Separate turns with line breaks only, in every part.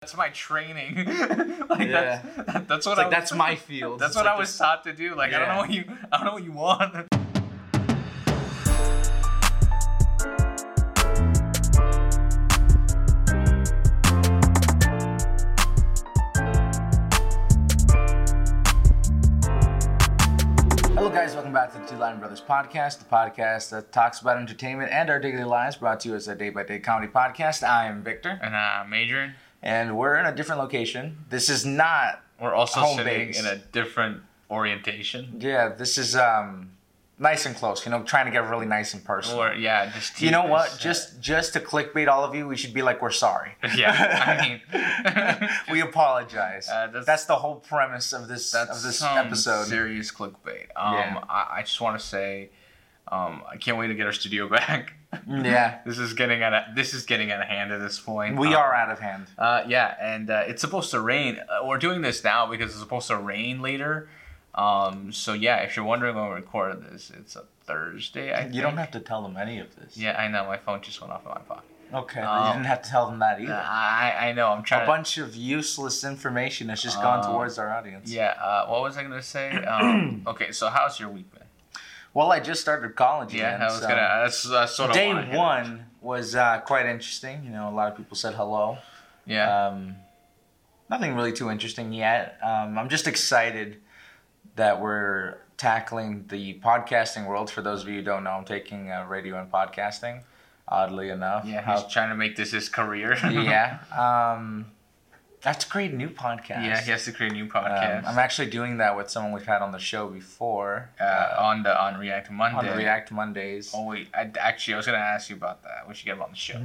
that's my training. like
Yeah.
that's that- that's what
It's
I
like
was-
that's my field.
That's
It's
what
like
I was
this-
taught to do. Like I don't know
Yeah.
what you I don't know what you want.
Hello, guys. Welcome back to the Two Lion Brothers podcast, the podcast that talks about entertainment and our daily lives, brought to you as a day by day comedy podcast. I am Victor,
And uh Major,
and we're in a different location. This is not,
we're also
Home
sitting
base.
in a different orientation.
yeah, this is um nice and close, you know, trying to get really nice and personal.
Or yeah, just
You know
teeth
what?
is-
Just just to clickbait all of you, we should be like, we're sorry.
yeah. I mean
we apologize.
Uh,
that's,
that's-
the whole premise of this
that's
of this
some
episode.
serious clickbait. Um
Yeah.
I, I just wanna say um I can't wait to get our studio back.
Yeah.
This is getting out of this is getting out of hand at this point.
we
Um,
are out of hand.
Uh, yeah, and uh, it's supposed to rain. Uh, we're doing this now because it's supposed to rain later. Um, so yeah, if you're wondering when we recorded this, it's a Thursday. I
You don't
think.
have to tell them any of this.
Yeah, I know. My phone just went off in my pocket.
Okay. you
Um,
didn't have to tell them that either.
I I know. I'm trying.
a bunch of useless information that's just gone
Um,
towards our audience.
to, yeah. Uh, what was I gonna say? Um, okay, so how's your week been?
Well, I just started college.
Yeah,
again,
I was
so-
gonna. That's, that's sort of
Day one was uh, quite interesting. You know, a lot of people said hello.
Yeah.
Um, nothing really too interesting yet. Um, I'm just excited that we're tackling the podcasting world. For those of you who don't know, I'm taking uh, radio and podcasting. Oddly enough,
yeah. He's
How-
trying to make this his career.
yeah. Um, I have to create a new podcast.
yeah. He has to create a new
Um,
podcast
I'm actually doing that with someone we've had on the show before
uh, on the on React Monday.
on React Mondays.
Oh wait, I, actually, I was gonna ask you about that. We should get him on the show.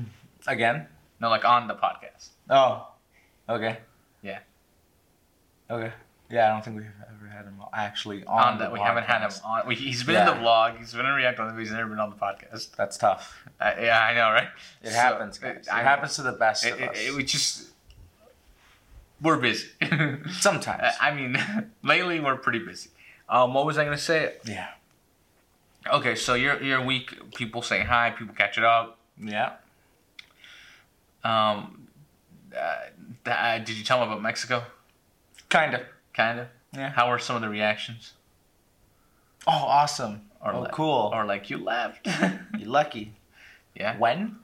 Again?
No, like on the podcast.
Oh, okay.
Yeah.
Okay. Yeah, I don't think we've ever had him actually on,
On,
the
that we haven't had him
podcast.
on. We, he's been in
Yeah.
the vlog. He's been in React on the. He's never been on the podcast.
That's tough.
Uh, yeah, I know, right?
It
So, uh,
happens, guys. It,
I-
happens to the best
It,
of
it,
us.
it- we just we're busy. Uh,
Sometimes.
I- I mean, lately we're pretty busy. Um, what was I gonna say?
yeah.
Okay, so your your week, people saying hi, people catching up.
Yeah.
Um, uh, th- uh, did you tell them about Mexico?
Kind of.
Kind of.
Yeah.
How were some of the reactions?
Oh, awesome.
Or
oh,
like-
cool.
Or like you left?
You're lucky.
yeah.
When?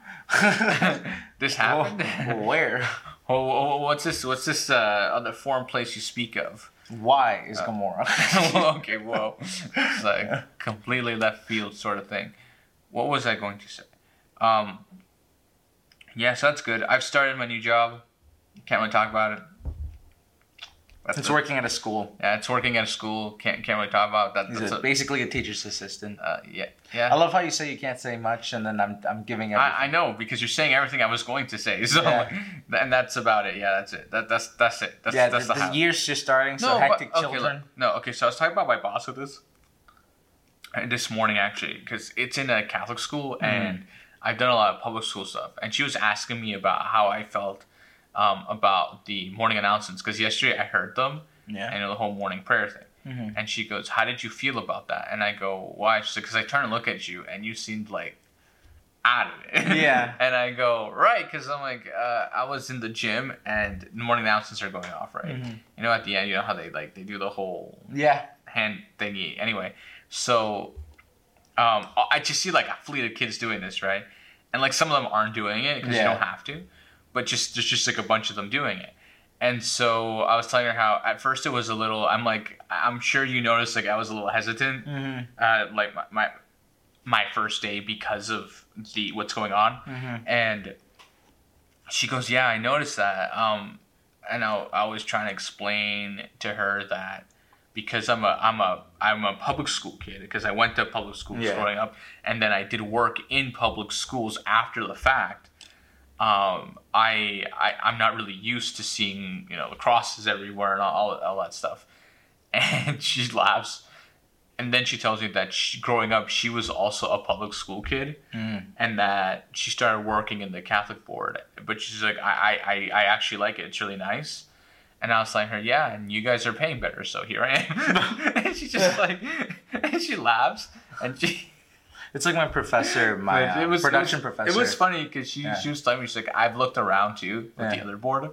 this
Oh,
happened.
where?
Wha- wha- wha- Oh, what's this? What's this uh, other foreign place you speak of?
Why
Uh,
is Gamora?
Well, okay, whoa, it's like completely left field sort of thing. What was I going to say? Um, yeah, so that's good. I've started my new job. Can't really talk about it. That's
it's
it.
working at a school.
Yeah, it's working at a school. Can't can't really talk about that.
He's
That's
a-
a-
basically a teacher's assistant.
uh, yeah,
I
yeah.
love how you say you can't say much, and then I'm I'm giving everything.
I, I know because you're saying everything I was going to say. So,
Yeah.
and that's about it. Yeah, that's it. That that's that's it. That's
yeah,
that's
the,
the,
the
highlight.
year's just starting, so
but-
hectic
okay,
children.
look, no, okay. So I was talking about my boss with this uh, this morning actually, because it's in a Catholic school,
Mm-hmm.
and I've done a lot of public school stuff. And she was asking me about how I felt um, about the morning announcements, because yesterday I heard them,
Yeah. Mm-hmm.
and the whole morning prayer thing. And she goes, "How did you feel about that?" And I go, "Why?" She's "Because I turn and look at you, and you seemed like." Out of it.
Yeah.
and I go right because I'm like, uh, I was in the gym and the morning announcements are going off, right?
Mm-hmm.
You know, at the end, you know how they like they do the whole
yeah.
hand thingy. Anyway, so um, I just see like a fleet of kids doing this, right? And like some of them aren't doing it because
Yeah.
you don't have to, but just there's just like a bunch of them doing it. And so I was telling her how at first it was a little. I'm like, I'm sure you noticed like I was a little hesitant, uh, like my, my my first day because of the what's going on. And she goes, "Yeah, I noticed that." Um, and I, I was trying to explain to her that because I'm a I'm a I'm a public school kid because I went to public schools
Yeah.
growing up, and then I did work in public schools after the fact. Um, I, I I'm not really used to seeing you know the crosses everywhere and all all that stuff, and she laughs, and then she tells me that she, growing up she was also a public school kid,
Mm.
and that she started working in the Catholic board, but she's like I I I- I actually like it. It's really nice. And I was telling her, yeah, and you guys are paying better, so here I am. and she just like, and she laughs, and she.
It's like my professor, my uh, production
it was,
professor.
It was funny because she
Yeah.
she was telling me she's like, I've looked around too with
Yeah.
the other board,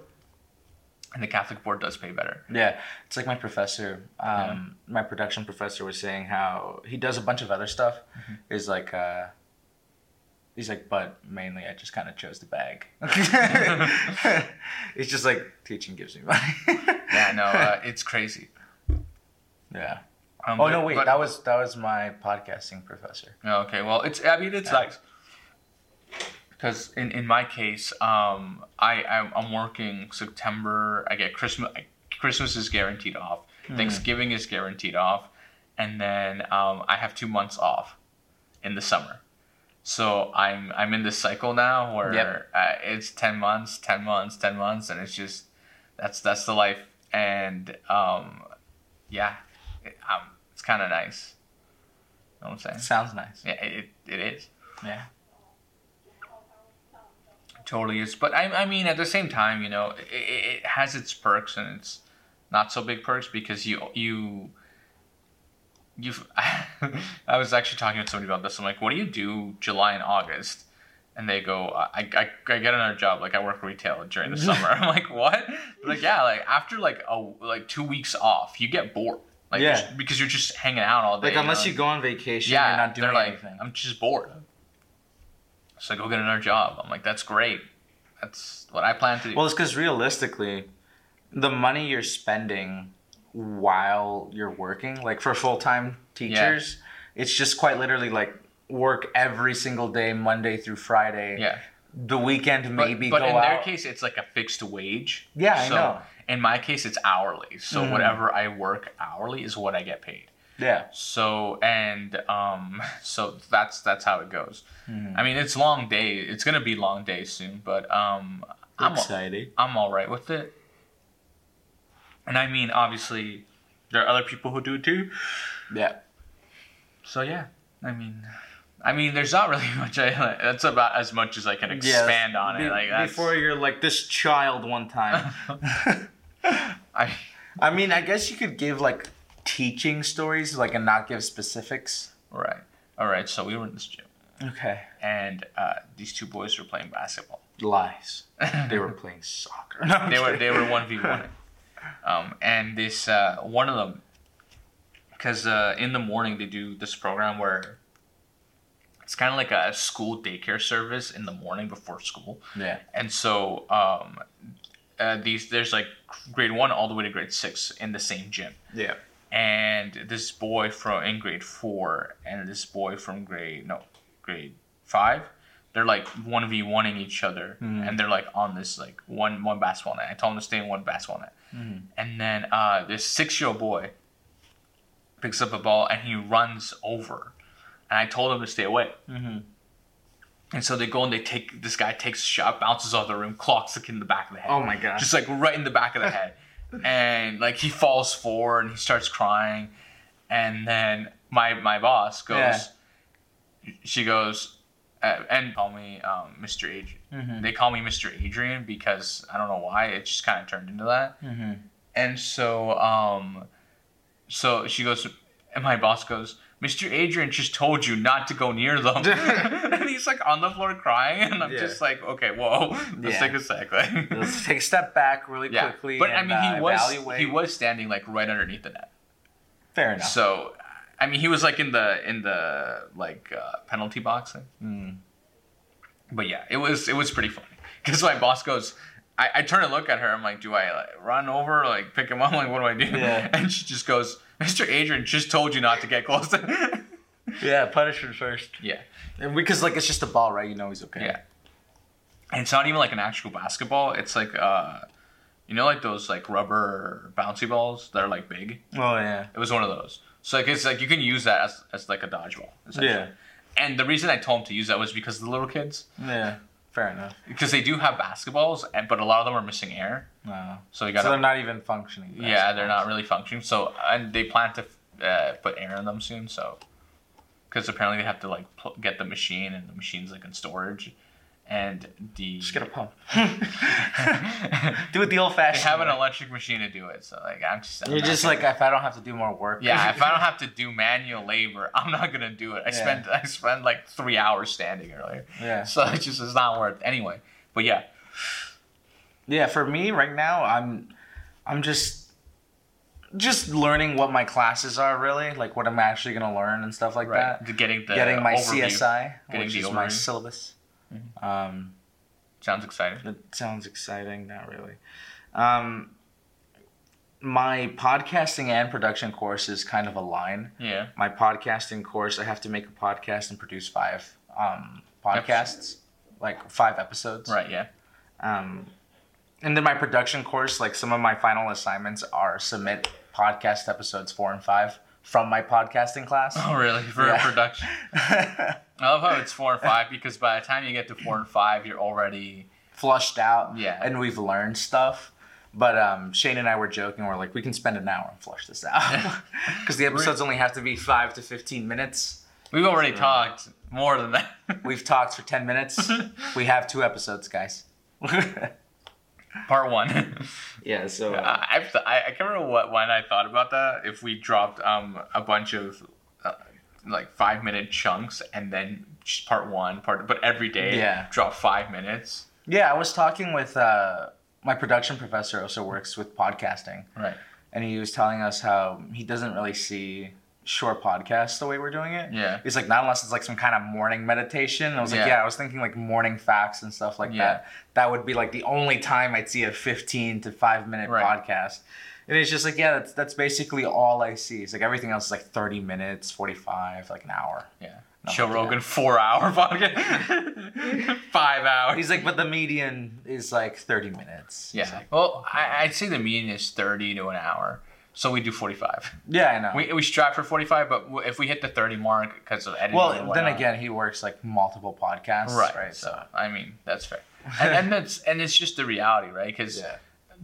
and the Catholic board does pay better.
Yeah, it's like my professor, um, my production professor was saying how he does a bunch of other stuff.
Mm-hmm.
Is like, uh, he's like, but mainly I just kind of chose the bag. it's just like teaching gives me money.
Yeah, no, uh, it's crazy.
yeah.
Um,
Oh
but-
no, wait,
but-
that was that was my podcasting professor.
Oh, Okay, well, it's I mean it's like because in, in my case, um, I I'm, I'm working September. I get Christmas. Christmas is guaranteed off. Thanksgiving is guaranteed off, and then um, I have two months off in the summer. So I'm I'm in this cycle now where
Yep.
uh, it's ten months, ten months, ten months, and it's just that's that's the life. And um, yeah, it, um, it's kind of nice. You know what I'm saying?
Sounds nice.
Yeah, it, it is.
Yeah.
It totally is. But I, I mean, at the same time, you know, it, it has its perks and it's not so big perks because you you you. I was actually talking to somebody about this. I'm like, what do you do July and August? And they go, I, I, I get another job. Like I work retail during the summer. I'm like, what? They're like, yeah, like after like a like two weeks off, you get bored. Like
Yeah.
just- because you're just hanging out all day.
Like
you know,
unless
and-
you go on vacation,
yeah,
you're not doing
they're like,
anything.
I'm just bored. So go get another job. I'm like, that's great. That's what I plan to do.
Well, it's because realistically, the money you're spending while you're working, like for full time teachers, it's just quite literally like work every single day, Monday through Friday.
yeah.
The weekend
But,
maybe
but
go
in
out.
their case, it's like a fixed wage.
Yeah, I
So
know. Mm.
In my case, it's hourly. So whatever I work hourly is what I get paid.
yeah.
So and um, so that's that's how it goes.
Hmm.
I mean, it's long day. It's gonna be long day soon, but um, I'm
Exciting.
I'm all right with it. And I mean, obviously, there are other people who do it too.
Yeah.
So yeah, I mean, I mean, there's not really much. I that's about as much as I can
Yeah,
expand on
be-
it. Like that's,
before you're like this child one time.
I,
I mean, I guess you could give like teaching stories, like and not give specifics.
right, all right. So we were in this gym,
Okay.
and uh, these two boys were playing basketball.
Lies. they were playing soccer. No, I'm
They were
kidding.
they were one v one, um, and this uh, one of them, because uh, in the morning they do this program where. It's kind of like a school daycare service in the morning before school.
Yeah.
and so um, uh, these there's like grade one all the way to grade six in the same gym
Yeah.
and this boy from in grade four and this boy from grade no grade five they're like 1v1ing each other and they're like on this like one one basketball net i told them to stay in one basketball net and then uh, this six year old boy picks up a ball and he runs over and i told him to stay away and so they go and they take this guy takes a shot bounces off the rim clocks the kid in the back of the head
Oh my gosh.
just like right in the back of the head. And like he falls forward and he starts crying. And then my my boss goes, she goes, uh, and call me um, Mr. Adrian.
Mm-hmm.
They call me Mr. Adrian because I don't know why it just kind of turned into that.
Mm-hmm.
And so um, so she goes, and my boss goes. Mr. Adrian just told you not to go near them. and he's like on the floor crying, and I'm
Yeah.
just like, okay, whoa, let's
Yeah.
take a sec. Like,
Let's take a step back really
yeah,
quickly.
but
and,
I mean, he
uh,
was
evaluate.
he was standing like right underneath the net.
fair enough.
So, I mean, he was like in the in the like uh, penalty box.
Hmm.
But yeah, it was it was pretty funny because my boss goes. I, I turn and look at her. I'm like, do I like, run over, like pick him up? Like, what do I do?
Yeah.
And she just goes, Mr. Adrian just told you not to get close. to-"
yeah, punishment first,
yeah,
and because like it's just a ball, right? You know he's okay.
yeah. And it's not even like an actual basketball. It's like, uh, you know, like those like rubber bouncy balls that are like big.
Oh yeah.
It was one of those. So like it's like you can use that as, as like a dodgeball. essentially.
Yeah.
And the reason I told him to use that was because of the little kids,
Yeah. Fair enough.
because they do have basketballs, and but a lot of them are missing air.
No.
So you got.
So they're
to
not even functioning.
yeah, they're not really functioning. So and they plan to uh, put air in them soon. So because apparently they have to like pl- get the machine, and the machine's like in storage, and the
Just get a pump. Do it the old-fashioned.
they have an
way.
electric machine to do it. So like I'm just. I'm
You're
not
just
gonna-
like if I don't have to do more work.
Yeah, if I don't have to do manual labor, I'm not gonna do it. I
Yeah.
spent I spent like three hours standing earlier.
Yeah.
So it's just it's not worth anyway. But yeah,
Yeah, for me right now, I'm I'm just just learning what my classes are really, like what I'm actually gonna learn and stuff like that.
The- Getting the
Getting my
overview.
CSI,
Getting
which
the
is
overview.
my
Mm-hmm.
syllabus. Um,
Sounds exciting.
that sounds exciting. Not really. Um, my podcasting and production course is kind of a line.
Yeah.
My podcasting course, I have to make a podcast and produce five um, podcasts, like five episodes.
Right. Yeah.
Um, and then my production course, like some of my final assignments are submit podcast episodes four and five from my podcasting class.
Oh, really? For
Yeah.
a production. I love how it's four and five because by the time you get to four and five, you're already
Flushed out.
Yeah.
And we've learned stuff. But um, Shane and I were joking. We're like, we can spend an hour and flush this out. Because the episodes only have to be five to 15 minutes.
We've already talked more than that.
We've talked for 10 minutes. we have two episodes, guys.
Part one.
yeah, so.
Uh,
uh
I, I've th- I I can't remember what when I thought about that. If we dropped um a bunch of uh, like five minute chunks and then just part one, part but every day,
Yeah.
drop five minutes.
yeah, I was talking with uh, my production professor, also works with podcasting.
Right.
and he was telling us how he doesn't really see short podcasts the way we're doing it.
Yeah.
He's like, not unless it's like some kind of morning meditation. I was like,
Yeah.
yeah, I was thinking like morning facts and stuff like
Yeah.
that. That would be like the only time I'd see a 15 to five minute
Right.
podcast. And it's just like, yeah, that's, that's basically all I see. It's like everything else is like 30 minutes, 45, like an hour.
Yeah.
No,
Joe
yeah.
Rogan four hour podcast, five hours.
He's like, but the median is like 30 minutes. It's
Yeah.
like-
Well, I, I'd say the median is thirty to an hour. So we do forty five.
yeah, I know.
We, we strive for forty five, but w- if we hit the thirty mark because of editing, and
well, then
whatnot-
again, he works like multiple podcasts.
right?
Right. right?
So I mean, that's fair, and, and that's and it's just the reality, right? Because
yeah.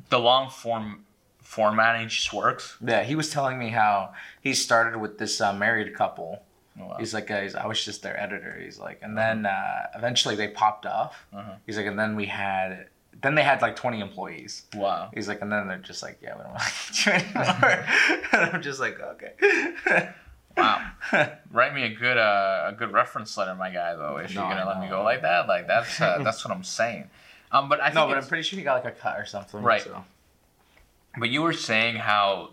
the long form formatting just works.
Yeah, he was telling me how he started with this uh, married couple.
Wow.
He's like, uh, he's, I was just their editor. He's like, and then
Uh-huh.
uh, eventually they popped off. He's like, and then we had, then they had like 20 employees.
Wow.
He's like, and then they're just like, yeah, we don't want to do anymore. and I'm just like, okay.
Wow. Write me a good uh, a good reference letter, my guy. Though, if
No,
you're gonna
I
let me
know.
go like that, like that's uh, that's what I'm saying. Um, but I think
no, but I'm
it's-
pretty sure he got like a cut or something.
Right.
So.
But you were saying how,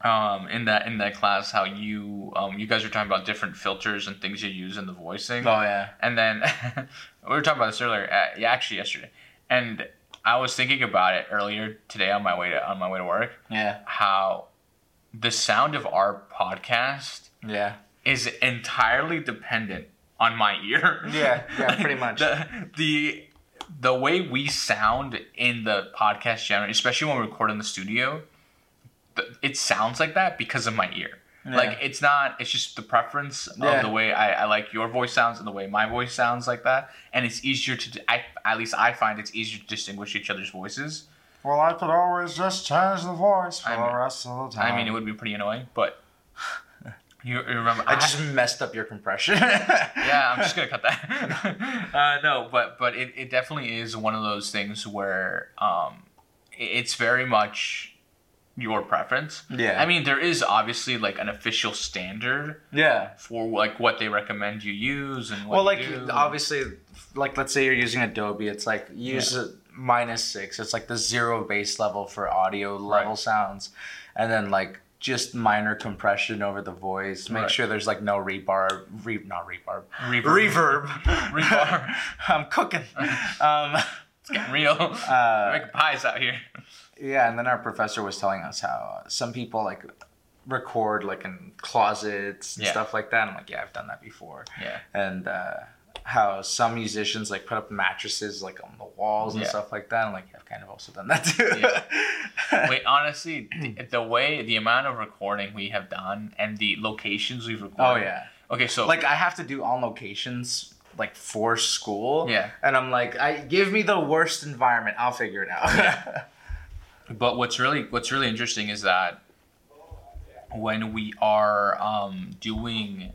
um, in that in that class, how you um, you guys were talking about different filters and things you use in the
Oh,
voicing,
yeah.
and then we were talking about this earlier, uh, yeah, actually yesterday, and I was thinking about it earlier today on my way to on my way to work,
Yeah.
how the sound of our podcast
Yeah.
is entirely dependent on my ear.
Yeah, yeah,
Like,
pretty much.
The, the the way we sound in the podcast generally, especially when we record in the studio, th- it sounds like that because of my ear.
Yeah.
Like it's not. It's just the preference
Yeah.
of the way I, I like your voice sounds and the way my voice sounds like that. And it's easier to. I at least I find it's easier to distinguish each other's voices.
Well, I could always just change the voice for
I mean-
the rest of the time.
I mean, it would be pretty annoying, but you, you remember.
I just messed up your compression.
yeah, I'm just gonna cut that. uh, no, but but it, it definitely is one of those things where um, i- it's very much your preference.
Yeah.
I mean, there is obviously like an official standard
yeah.
for like what they recommend you use and what
well
you
like
do.
obviously like let's say you're using adobe it's like use a minus six it's like the zero base level for audio level
Right.
sounds and then like just minor compression over the voice make
Right.
sure there's like no rebar re- not rebarb
Reverb.
reverb
Rebar.
i'm cooking um
It's getting real.
uh,
We're making pies out here.
yeah, and then our professor was telling us how uh, some people like record like in closets and
Yeah.
stuff like that. And I'm like, yeah, I've done that before.
Yeah.
And uh, how some musicians like put up mattresses like on the walls and
Yeah.
stuff like that. I'm like, I've kind of also done that too.
Wait, honestly, the, the way the amount of recording we have done and the locations we've
oh
recorded.
yeah.
Okay, so
Like I have to do on locations like for school.
Yeah.
And I'm like, I give me the worst environment. I'll figure it out.
But what's really what's really interesting is that when we are um, doing,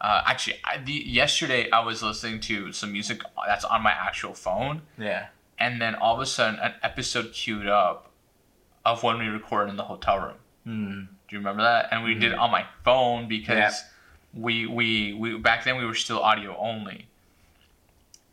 uh, actually, I, the, yesterday I was listening to some music that's on my actual phone,
yeah.
and then all of a sudden an episode queued up of when we recorded in the hotel room.
Hmm.
Do you remember that? And we did it on my phone because
Yeah.
we, we we back then we were still audio only.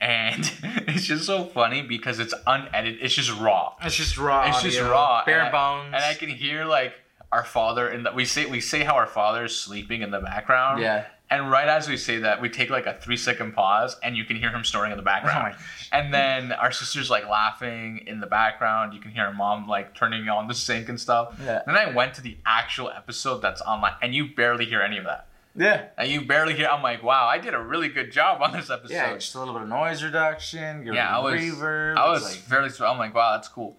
and it's just so funny because it's unedited. It's just raw.
It's just raw.
It's just
audio,
raw,
bare
and I-
bones.
and I can hear like our father, and we say we say how our father is sleeping in the background.
Yeah.
And right as we say that, we take like a three second pause, and you can hear him snoring in the background.
Oh my
and then our sister's like laughing in the background. You can hear our mom like turning on the sink and stuff.
Yeah.
Then I went to the actual episode that's online, and you barely hear any of that.
Yeah.
And you barely hear. I'm like, wow, I did a really good job on this episode.
Yeah, just a little bit of noise reduction. Get
Yeah, I was.
rid of reverb.
I
it's
was
like,
fairly. I'm like, wow, that's cool.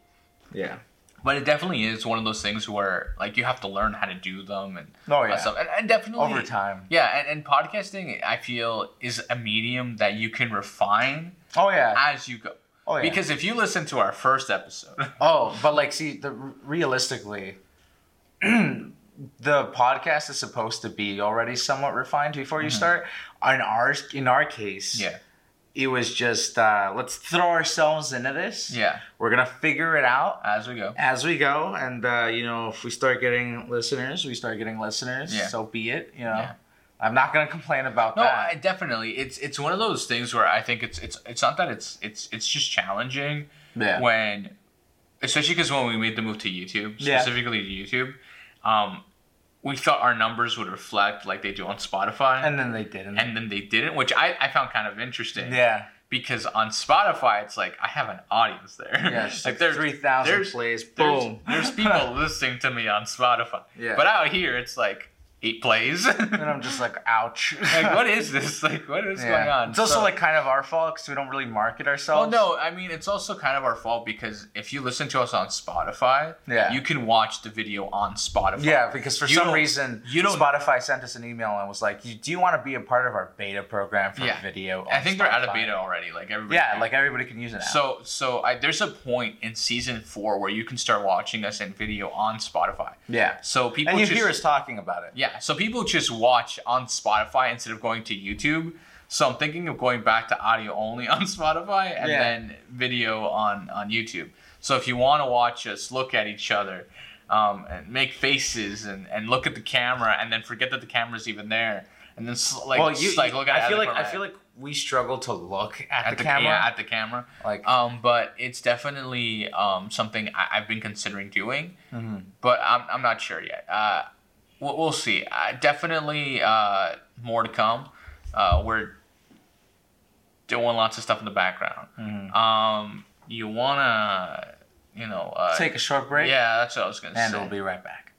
yeah.
But it definitely is one of those things where like you have to learn how to do them and
Oh, yeah.
stuff. And, and definitely
Over time.
Yeah, and, and podcasting I feel is a medium that you can refine
Oh yeah.
as you go.
Oh yeah.
Because if you listen to our first episode,
Oh, but like, see, the realistically, the podcast is supposed to be already somewhat refined before you start. In our in our case,
Mm-hmm. yeah,
it was just uh, let's throw ourselves into this.
yeah,
we're gonna figure it out
as we go,
as we go, and uh, you know, if we start getting listeners, we start getting listeners.
Yeah.
So be it. You know,
Yeah.
I'm not gonna complain about
No,
that.
I, definitely. It's it's one of those things where I think it's it's it's not that it's it's it's just challenging
Yeah.
when, especially because when we made the move to YouTube,
Yeah.
specifically to YouTube, um, we thought our numbers would reflect like they do on Spotify, and,
and then they didn't.
then they didn't, which I I found kind of interesting.
yeah.
Because on Spotify, it's like I have an audience there.
Yeah, it's
like
like
there's
three thousand
there's-
plays.
There's,
Boom.
there's people listening to me on Spotify.
Yeah.
But out here, it's like eight plays.
and I'm just like, ouch.
like, what is this? Like, what is
Yeah.
going on?
It's also
So-
like kind of our fault because we don't really market
well,
ourselves.
no, I mean, it's also kind of our fault because if you listen to us on Spotify,
Yeah.
you can watch the video on Spotify.
Yeah, because for
You
some
don't-
reason,
you don't-
Spotify sent us an email and was like, "You- "Do you want to be a part of our beta program for
Yeah.
video?"
I
on
think they're out of
Spotify?"
beta already. Like everybody.
Yeah, like everybody can use it now.
so. So I, there's a point in season four where you can start watching us in video on Spotify.
yeah,
So people
and you
just,
hear us talking about it.
Yeah, so people just watch on Spotify instead of going to YouTube. So I'm thinking of going back to audio only on Spotify and
Yeah.
then video on on YouTube. So if you want to watch us look at each other um, and make faces and, and look at the camera and then forget that the camera's even there and then sl- like
well, you,
s- like look at it
I feel
out of
like
the
I
corner
feel like we struggle to look at,
at
the, camera.
yeah, at the camera.
like,
Um, but it's definitely um, something I, I've been considering doing,
Mm-hmm.
but I'm, I'm not sure yet. Uh, we'll, we'll see. Uh, definitely uh, more to come. Uh, we're doing lots of stuff in the background.
Mm-hmm.
Um, you wanna, you know, uh,
take a short break,
Yeah, that's what I was gonna
and
say.
we'll be right back.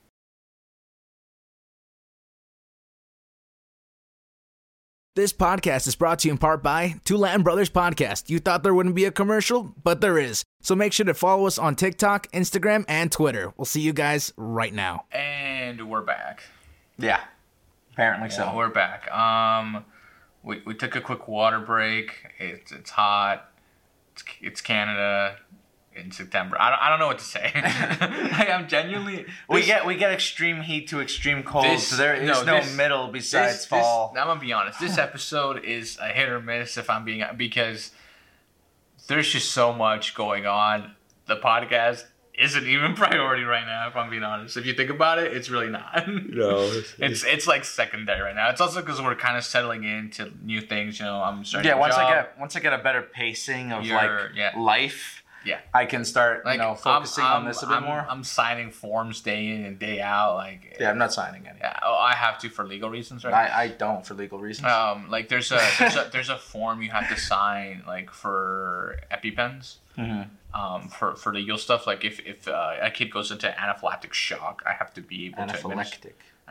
This podcast is brought to you in part by Two Latin Brothers Podcast. You thought there wouldn't be a commercial, but there is. So make sure to follow us on TikTok, Instagram, and Twitter. We'll see you guys right now.
and we're back.
Yeah, apparently
So
so.
we're back. Um, we, we took a quick water break. It's it's hot. It's, it's Canada in September. I don't, I don't know what to say. like, I'm genuinely
We get we get extreme heat to extreme cold.
This-
so there is
no,
no,
this-
middle
this-
besides
this-
fall.
I'm gonna be honest. This episode is a hit or miss if I'm being because there's just so much going on. The podcast isn't even priority right now. If I'm being honest, if you think about it, it's really not.
no.
It's it's like secondary right now. It's also because we're kind of settling into new things. You know, I'm starting.
yeah
a
once i
job.
get once i get a better pacing of
You're-
like
yeah.
life
yeah.
i can start
Like
you know
I'm-
focusing
I'm,
on this a bit
I'm-
more
I'm signing forms day in and day out. Like
yeah i'm not signing any
yeah, oh, I have to for legal reasons, right?
I, I don't for legal reasons
um, like there's a, there's a there's a form you have to sign like for EpiPens.
Mm-hmm.
Um, for, for legal stuff, like if, if uh, a kid goes into anaphylactic shock, I have to be able to administer
anaphylactic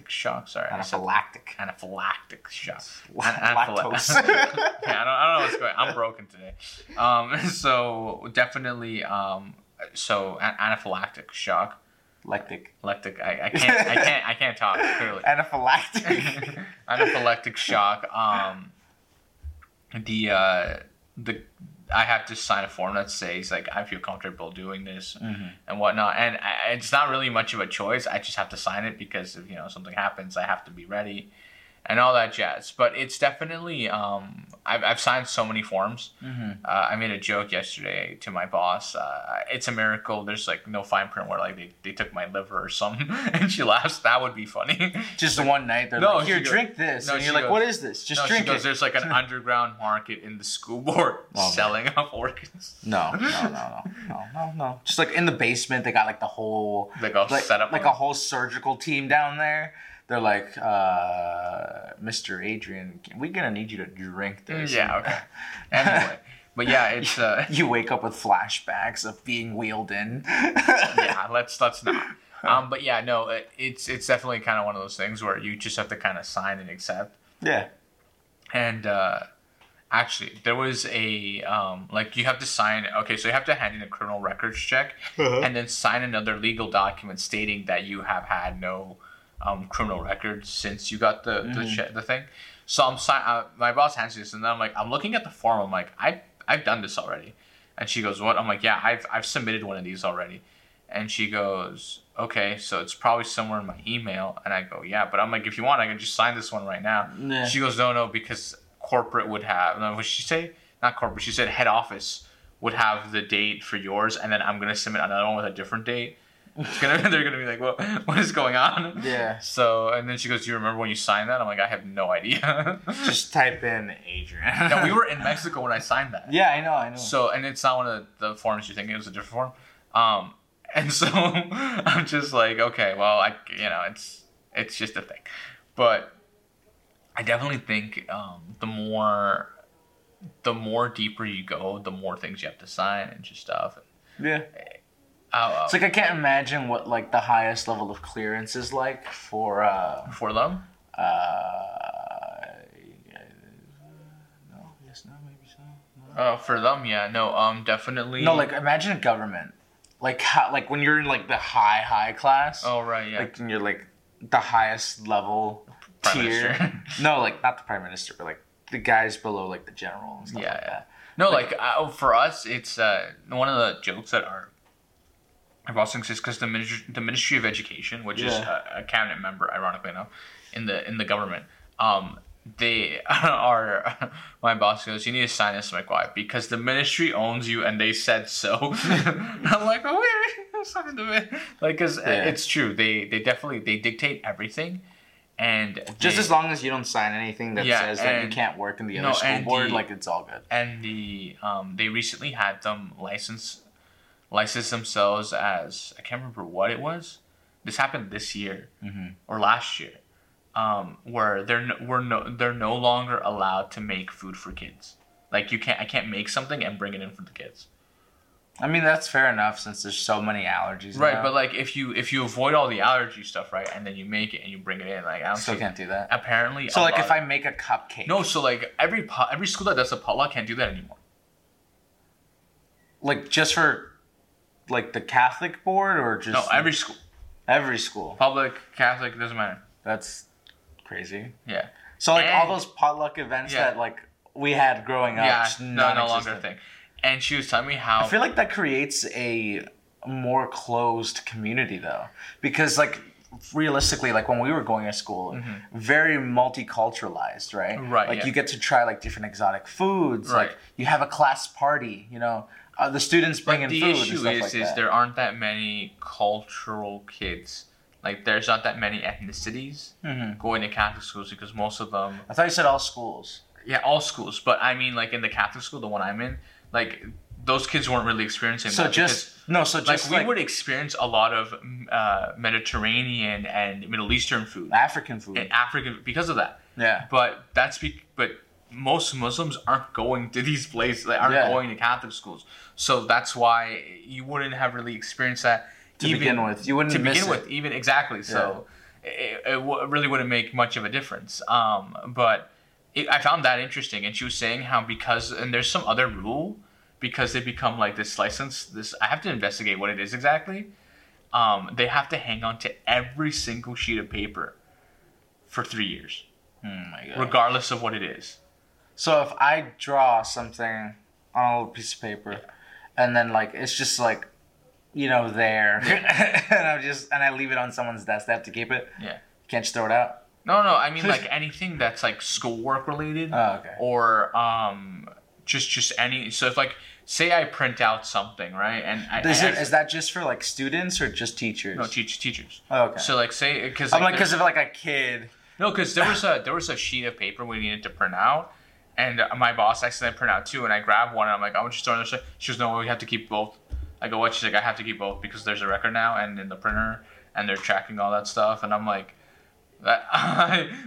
anaphylactic shock. Sorry, I said
anaphylactic
anaphylactic shock.
lactose
yeah, I don't, I don't know what's going. I'm broken today. Um, so definitely, um, so an- anaphylactic shock,
lactic
electric. I, I can't, I can't, I can't talk clearly.
anaphylactic
anaphylactic shock. Um, the uh, the I have to sign a form that says like I feel comfortable doing this and whatnot, and I, it's not really much of a choice. I just have to sign it because if you know something happens, I have to be ready. and all that jazz. But it's definitely um, I've, I've signed so many forms. Uh, I made a joke yesterday to my boss. Uh, it's a miracle. There's like no fine print where like they, they took my liver or something, and she laughs. That would be funny.
Just the one night they're
No,
like, here,
she goes-
drink this,
no,
and
she
you're like,
goes-
what is this? Just
no,
drink
she goes,
it.
There's like an underground market in the school board
man.
selling off organs.
No, no, no, no, no, no, no. Just like in the basement, they got like the whole
Like a
like,
setup
like a
room.
whole surgical team down there. They're like, uh, Mr. Adrian, we're gonna need you to drink this.
Yeah. Okay. Anyway, but yeah, it's uh,
You wake up with flashbacks of being wheeled in.
yeah, let's let's not. Um, but yeah, no, it- it's it's definitely kind of one of those things where you just have to kind of sign and accept.
yeah.
And uh, actually, there was a um, like you have to sign. Okay, so you have to hand in a criminal records check, and then sign another legal document stating that you have had no um, criminal records since you got the the, che- the thing. So I'm sign. Uh, my boss hands me this, and then I'm like, I'm looking at the form. I'm like, I I've done this already, and she goes, What? I'm like, Yeah, I've I've submitted one of these already. And she goes, okay, so it's probably somewhere in my email. And I go, yeah, but I'm like, if you want, I can just sign this one right now.
Yeah.
She goes, no, no, because corporate would have. No, what she say? Not corporate. She said head office would have the date for yours, and then I'm gonna submit another one with a different date. It's gonna, they're gonna be like, what, what is going on?
Yeah.
So, and then she goes, do you remember when you signed that? I'm like, I have no idea.
Just type in Adrian.
no, we were in Mexico when I signed that.
Yeah, I know, I know.
So, and it's not one of the forms you're thinking; it was a different form. Um, and so I'm just like, okay, well, I, you know, it's it's just a thing, but I definitely think um, the more the more deeper you go, the more things you have to sign and just stuff.
yeah.
Uh,
It's like I can't imagine what like the highest level of clearance is like for uh
for them,
uh no, yes, no, maybe so. No.
uh, for them, yeah, no, um, definitely.
No, like imagine a government. Like how like when you're in like the high high class.
oh right, yeah,
Like when you're like the highest level
Prime
tier.
Minister.
no, like not the prime minister, but like the guys below like the general and stuff
Yeah,
like
yeah.
that.
No, like, uh, for us, it's uh, one of the jokes that our our boss thinks is because the ministry, the Ministry of Education, which is
Yeah.
a, a cabinet member, ironically enough, in the in the government, um, they are. My boss goes, "You need to sign this." I'm like, "Why?" Because the ministry owns you, and they said so. I'm like, "Oh wait, sign the min-" like, because
Yeah.
it's true. They they definitely they dictate everything, and
Just
they-
as long as you don't sign anything that
Yeah,
says that you
and-
can't work in the other
No,
school
and
board,
the-
like it's all good.
and the um, they recently had them license license themselves as I can't remember what it was. This happened this year
Mm-hmm.
or last year, um, where they're no, we're no they're no longer allowed to make food for kids. Like you can't I can't make something and bring it in for the kids.
I mean, that's fair enough since there's so many allergies.
Right,
now.
but like if you if you avoid all the allergy stuff, right, and then you make it and you bring it in, like I don't
still
see-
can't do that.
Apparently, a
So like
lot
if I make a cupcake,
no, so like every pu- every school that does a potluck can't do that anymore.
like just for like the Catholic board or just
No, every school,
every school.
public, Catholic, doesn't matter.
That's crazy.
Yeah.
So like all
And-
those potluck events
Yeah.
that like we had growing up,
yeah,
just
no, no longer
non-existent.
thing. And she was telling me how.
I feel like that creates a more closed community though, because like realistically, like when we were going to school, very multiculturalized, right?
Mm-hmm. Right,
Like
yeah.
you get to try like different exotic foods. Like
Right.
you have a class party. You know, uh, the students bring in
the
food. and
issue
stuff
is,
like
is
that.
there aren't that many cultural kids. Like, there's not that many ethnicities
Mm-hmm.
going to Catholic schools because most of them,
I thought you said all schools.
yeah, all schools. But I mean, like in the Catholic school, the one I'm in, like those kids weren't really experiencing.
So
that
just no. So
because,
just
like,
like,
we would experience a lot of mm, uh, Mediterranean and Middle Eastern food,
African food.
and African because of that.
yeah.
But that's be- but most Muslims aren't going to these places. They aren't
Yeah.
going to Catholic schools. So that's why you wouldn't have really experienced that
To begin with, you wouldn't
to
miss
begin
it.
with, even exactly. So it, it w- really wouldn't make much of a difference. Um, but it, I found that interesting, and she was saying how because and there's some other rule because they become like this license. This I have to investigate what it is exactly. Um, they have to hang on to every single sheet of paper for three years,
Oh my god.
regardless of what it is.
So if I draw something on a little piece of paper, and then like it's just like, you know, there, and I'm just and I leave it on someone's desk, they have to keep it.
Yeah.
Can't just throw it out.
No, no, I mean like anything that's like schoolwork related.
Oh, okay.
Or um, just just any. So if like say I print out something, right? And I,
Is,
I
it, is that just for like students or just teachers?
no teach teachers.
Oh, okay.
So like say because
I'm like, because of like a kid.
No, because there was a there was a sheet of paper we needed to print out, and my boss accidentally printed out two, and I grabbed one, and I'm like, I want you to throw another. She goes, No, we have to keep both. I go, What? She's like, I have to keep both because there's a record now, and in the printer, and they're tracking all that stuff, and I'm like, that,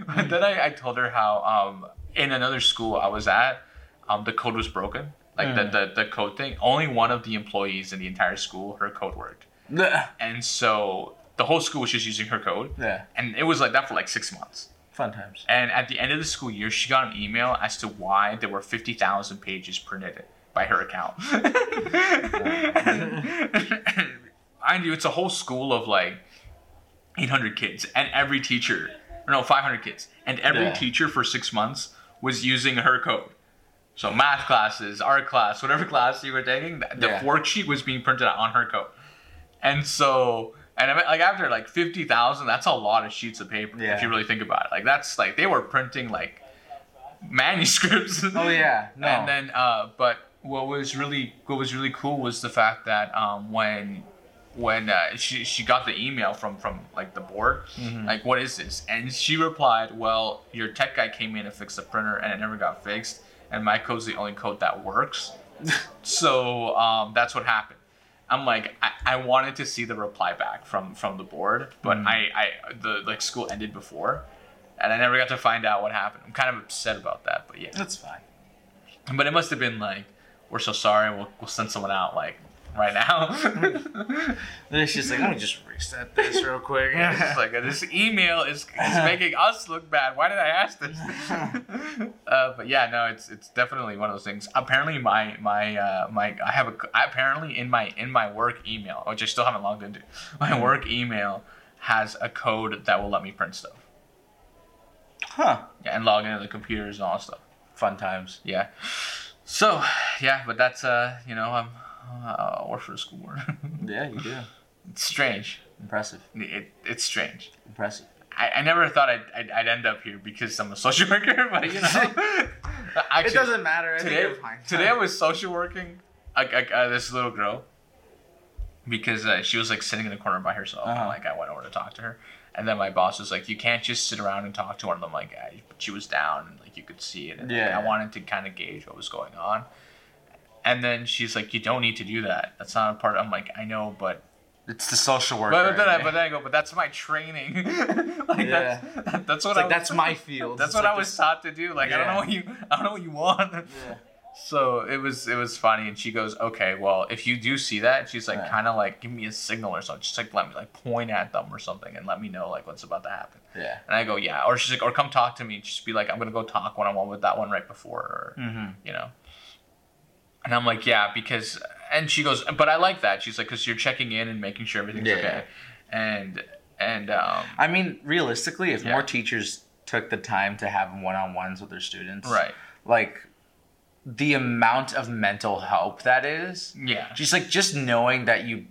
but then I, I told her how um, in another school I was at, um, the code was broken, like the, the the code thing. Only one of the employees in the entire school her code worked,
Blech.
and so the whole school was just using her code.
Yeah.
And it was like that for like six months.
Fun times.
And at the end of the school year, she got an email as to why there were 50,000 pages printed by her account. Mind you, it's a whole school of like 800 kids, and every teacher, or no, 500 kids, and every
Yeah.
teacher for six months was using her code. So math classes, art class, whatever class you were taking, the the
Yeah.
worksheet was being printed out on her code. And so, and I mean, like after like fifty thousand, that's a lot of sheets of paper
Yeah.
if you really think about it. Like that's like they were printing like manuscripts.
Oh yeah. No.
And then, uh, but what was really what was really cool was the fact that um, when when uh, she she got the email from from like the board,
Mm-hmm.
like what is this? And she replied, "Well, your tech guy came in and fixed the printer, and it never got fixed. And my code's the only code that works, so um, that's what happened." I'm like, I, I wanted to see the reply back from from the board, but I I the like school ended before. And I never got to find out what happened. I'm kind of upset about that, but yeah.
That's fine.
But it must have been like, we're so sorry. We'll, we'll send someone out like right now.
Then she's like, let me just reset this real quick.
it's like this email is, is making us look bad. Why did I ask this? uh, but yeah, no, it's it's definitely one of those things. Apparently, my my uh, my I have a I- apparently in my in my work email, which I still haven't logged into, my work email has a code that will let me print stuff
huh.
yeah, and log into the computers and all that stuff.
Fun times.
Yeah. So yeah, but that's uh you know I'm uh, work for a school board.
Yeah, you do.
It's strange.
Impressive.
It, it's strange.
Impressive.
I, I never thought I'd, I'd, I'd end up here because I'm a social worker, but you know. Actually,
It doesn't matter. I think
Today,
you're fine.
today I was social working I, I, uh, this little girl because uh, she was like sitting in the corner by herself. And,
Uh-huh.
like I went over to talk to her, and then my boss was like, "You can't just sit around and talk to one of them." Like I, she was down, and like you could see it. And, like,
Yeah.
I wanted to kind of gauge what was going on, and then she's like, "You don't need to do that. That's not a part." I'm like, "I know, but
It's the social worker.
but, but then I, but then I go, but that's my training. like
Yeah.
that's, that's what
It's
I
like
was-
that's my field.
that's
It's
what
like
I was
this-
taught to do. Like I don't
Yeah.
know what you I don't know what you want.
Yeah.
So it was it was funny, and she goes, okay, well if you do see that, she's like
Yeah.
kind of like give me a signal or something. She's like let me like point at them or something and let me know like what's about to happen.
Yeah.
And I go, yeah. Or she's like, or come talk to me. And just be like, I'm gonna go talk one on one with that one right before, or,
Mm-hmm.
you know. And I'm like, yeah, because. And she goes, but I like that. She's like, because you're checking in and making sure everything's
Yeah.
okay. And and um,
I mean, realistically, if
Yeah.
more teachers took the time to have one-on-ones with their students,
Right.
Like the amount of mental help that is.
Yeah.
Just like just knowing that you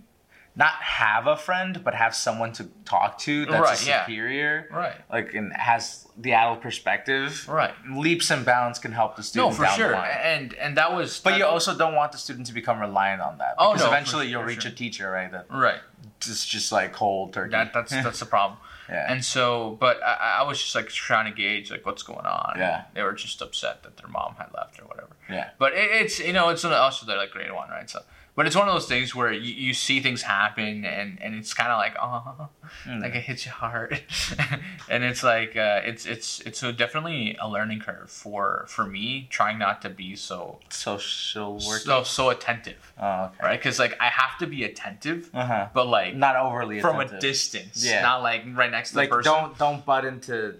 not have a friend, but have someone to talk to that's
Right,
a
yeah.
superior.
Right.
Like and has the adult perspective.
Right.
Leaps and bounds can help the
no,
student.
for
down
sure.
The line.
And and that was.
But you also don't want the student to become reliant on that.
Oh, no,
Because
for
eventually
sure,
you'll
for
reach
sure.
a teacher, right? That
right.
just just like cold turkey.
That that's that's the problem.
Yeah.
And so, but I, I was just like trying to gauge like what's going on.
Yeah.
They were just upset that their mom had left or whatever.
Yeah.
But it, it's you know it's an, also they're like grade one right so but it's one of those things where you, you see things happen and and it's kind of like oh
Mm.
like it hits you hard and it's like uh, it's it's it's a, definitely a learning curve for for me trying not to be so
social work.
so so attentive
oh, okay.
right because like I have to be attentive
Uh-huh.
but like
Not overly
from
attentive.
a distance
Yeah.
not like right next to
Like
the person
don't don't butt into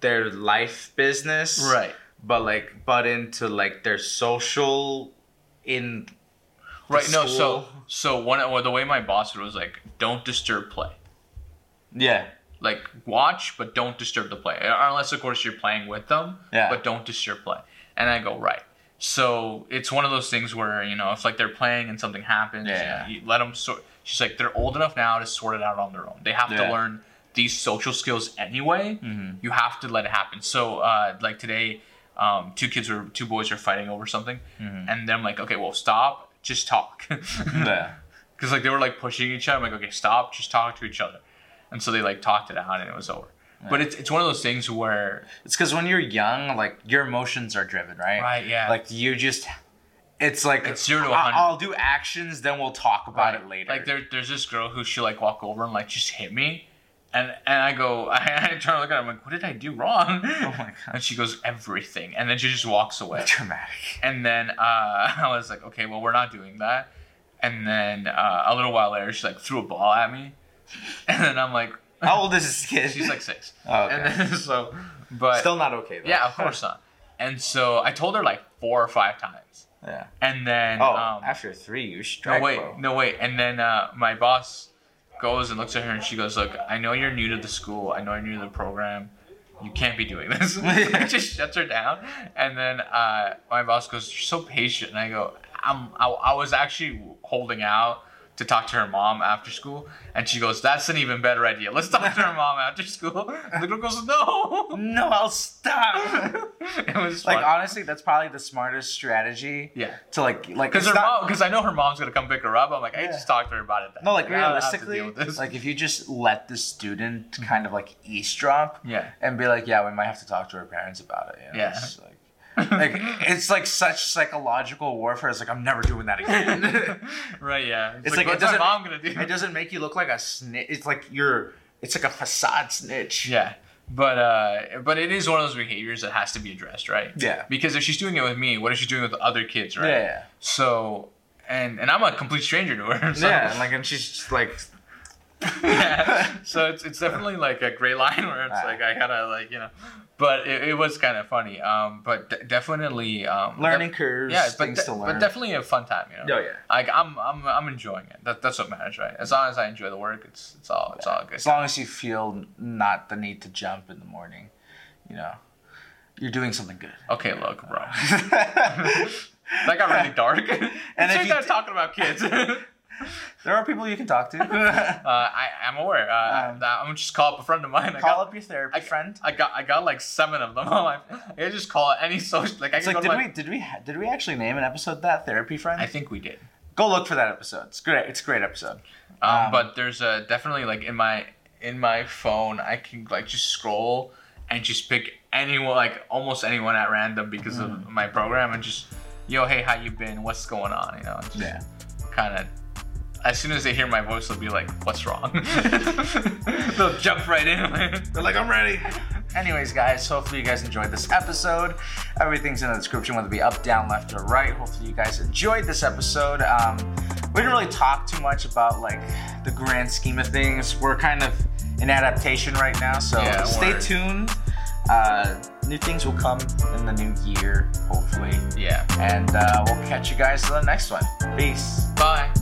their life business.
Right.
But like butt into like their social in
right no so
school.
so one well, the way my boss did was like don't disturb play
Yeah.
like watch but don't disturb the play Uh, unless of course you're playing with them
Yeah.
but don't disturb play and i go right so it's one of those things where you know if like they're playing and something happens you know,
Yeah.
you let them sort she's like they're old enough now to sort it out on their own they have
Yeah. Mm-hmm.
to learn these social skills anyway. You have to let it happen. So uh, like today, um, two kids were two boys are fighting over something,
Mm-hmm.
and then I'm like, okay, well stop, just talk.
Yeah.
because like they were like pushing each other. I'm like, okay, stop, just talk to each other. And so they like talked it out, and it was over. But it's it's one of those things where
It's because when you're young, like your emotions are driven, right?
Right, yeah.
Like you just, it's like
It's zero to
I-
100.
I'll do actions, then we'll talk about it later.
Like there, there's this girl who she like walk over and like just hit me, and and I go, I, I turn and look at her, I'm like, what did I do wrong? Oh
my God.
And she goes, everything, and then she just walks away.
dramatic.
And then uh, I was like, okay, well we're not doing that. And then uh, a little while later, she like threw a ball at me, and then I'm like,
How old is this kid?
she's like six.
Oh, okay.
And then so, but
still not okay though.
yeah, of course not. And so I told her like four or five times,
Yeah.
and then
Oh,
um,
after three,
no
you strike.
wait,
bro.
no wait. And then uh, my boss goes and looks at her and she goes, "Look, I know you're new to the school. I know you're new to the program. You can't be doing this." It just shuts her down. And then uh, my boss goes, "You're so patient." And I go, "I'm. I, I was actually holding out." To talk to her mom after school, and she goes, "That's an even better idea. Let's talk to her mom after school." And the girl goes, "No."
No, I'll stop.
it was
like
fun.
honestly, that's probably the smartest strategy.
Yeah.
To like, like
Because her
it's not-
mom, because I know her mom's gonna come pick her up. I'm like, I
Yeah.
just talked to her about it. Then.
No, like
I don't have to
realistically,
deal with this. Mm-hmm.
like if you just let the student kind of like eavesdrop,
Yeah.
and be like, yeah, we might have to talk to our parents about it. You know?
Yeah.
it's like, like it's like such psychological warfare. It's like I'm never doing that again.
right? Yeah. It's,
It's
like,
like, it
what's my
doesn't-
mom gonna do?
it doesn't make you look like a snitch. It's like you're. It's like a facade snitch.
yeah. But uh, but it is one of those behaviors that has to be addressed, right?
Yeah.
Because if she's doing it with me, what is she doing with other kids, right?
Yeah, yeah.
So and and I'm a complete stranger to her. So,
Yeah, and like, and she's just like,
yeah. So it's it's definitely like a gray line where it's
Ah.
like I gotta like you know, but it, it was kind of funny. Um, but de- definitely um,
Learning
def-
curves,
Yeah, but
things
de-
to
but
learn.
definitely a fun time. You know.
Oh, yeah.
Like I'm I'm I'm enjoying it. That, that's what matters, right? As long as I enjoy the work, it's it's all it's all good.
as long as you feel not the need to jump in the morning, you know, you're doing something good.
Okay, look, bro. that got really dark. And if
if you
you guys
d-
talking about kids, uh,
There are people you can talk to.
I, I'm aware. Uh,
Um,
that- I'm gonna just call up a friend of mine. I
Call
got,
up your therapy
I,
friend.
I got I got like seven of them. on my- I can just call any social. Like I
It's
can
like,
go
did
to my,
we did we ha- did we actually name an episode that therapy friend?
I think we did.
Go look for that episode. It's great. It's a great episode.
Um,
Um,
but there's a definitely like in my in my phone, I can like just scroll and just pick anyone, like almost anyone at random because of my program, and just yo, hey, how you been? What's going on? You know. and just- kind of as soon as they hear my voice they'll be like what's wrong they'll jump right in
They're like, I'm ready. Anyways, guys, hopefully you guys enjoyed this episode. Everything's in the description, whether it be up, down, left, or right. Hopefully you guys enjoyed this episode. Um, we didn't really talk too much about like the grand scheme of things. We're kind of in adaptation right now, so
Yeah,
stay
word.
tuned. Uh, new things will come in the new year, hopefully.
yeah
And uh, we'll catch you guys in the next one. Peace.
bye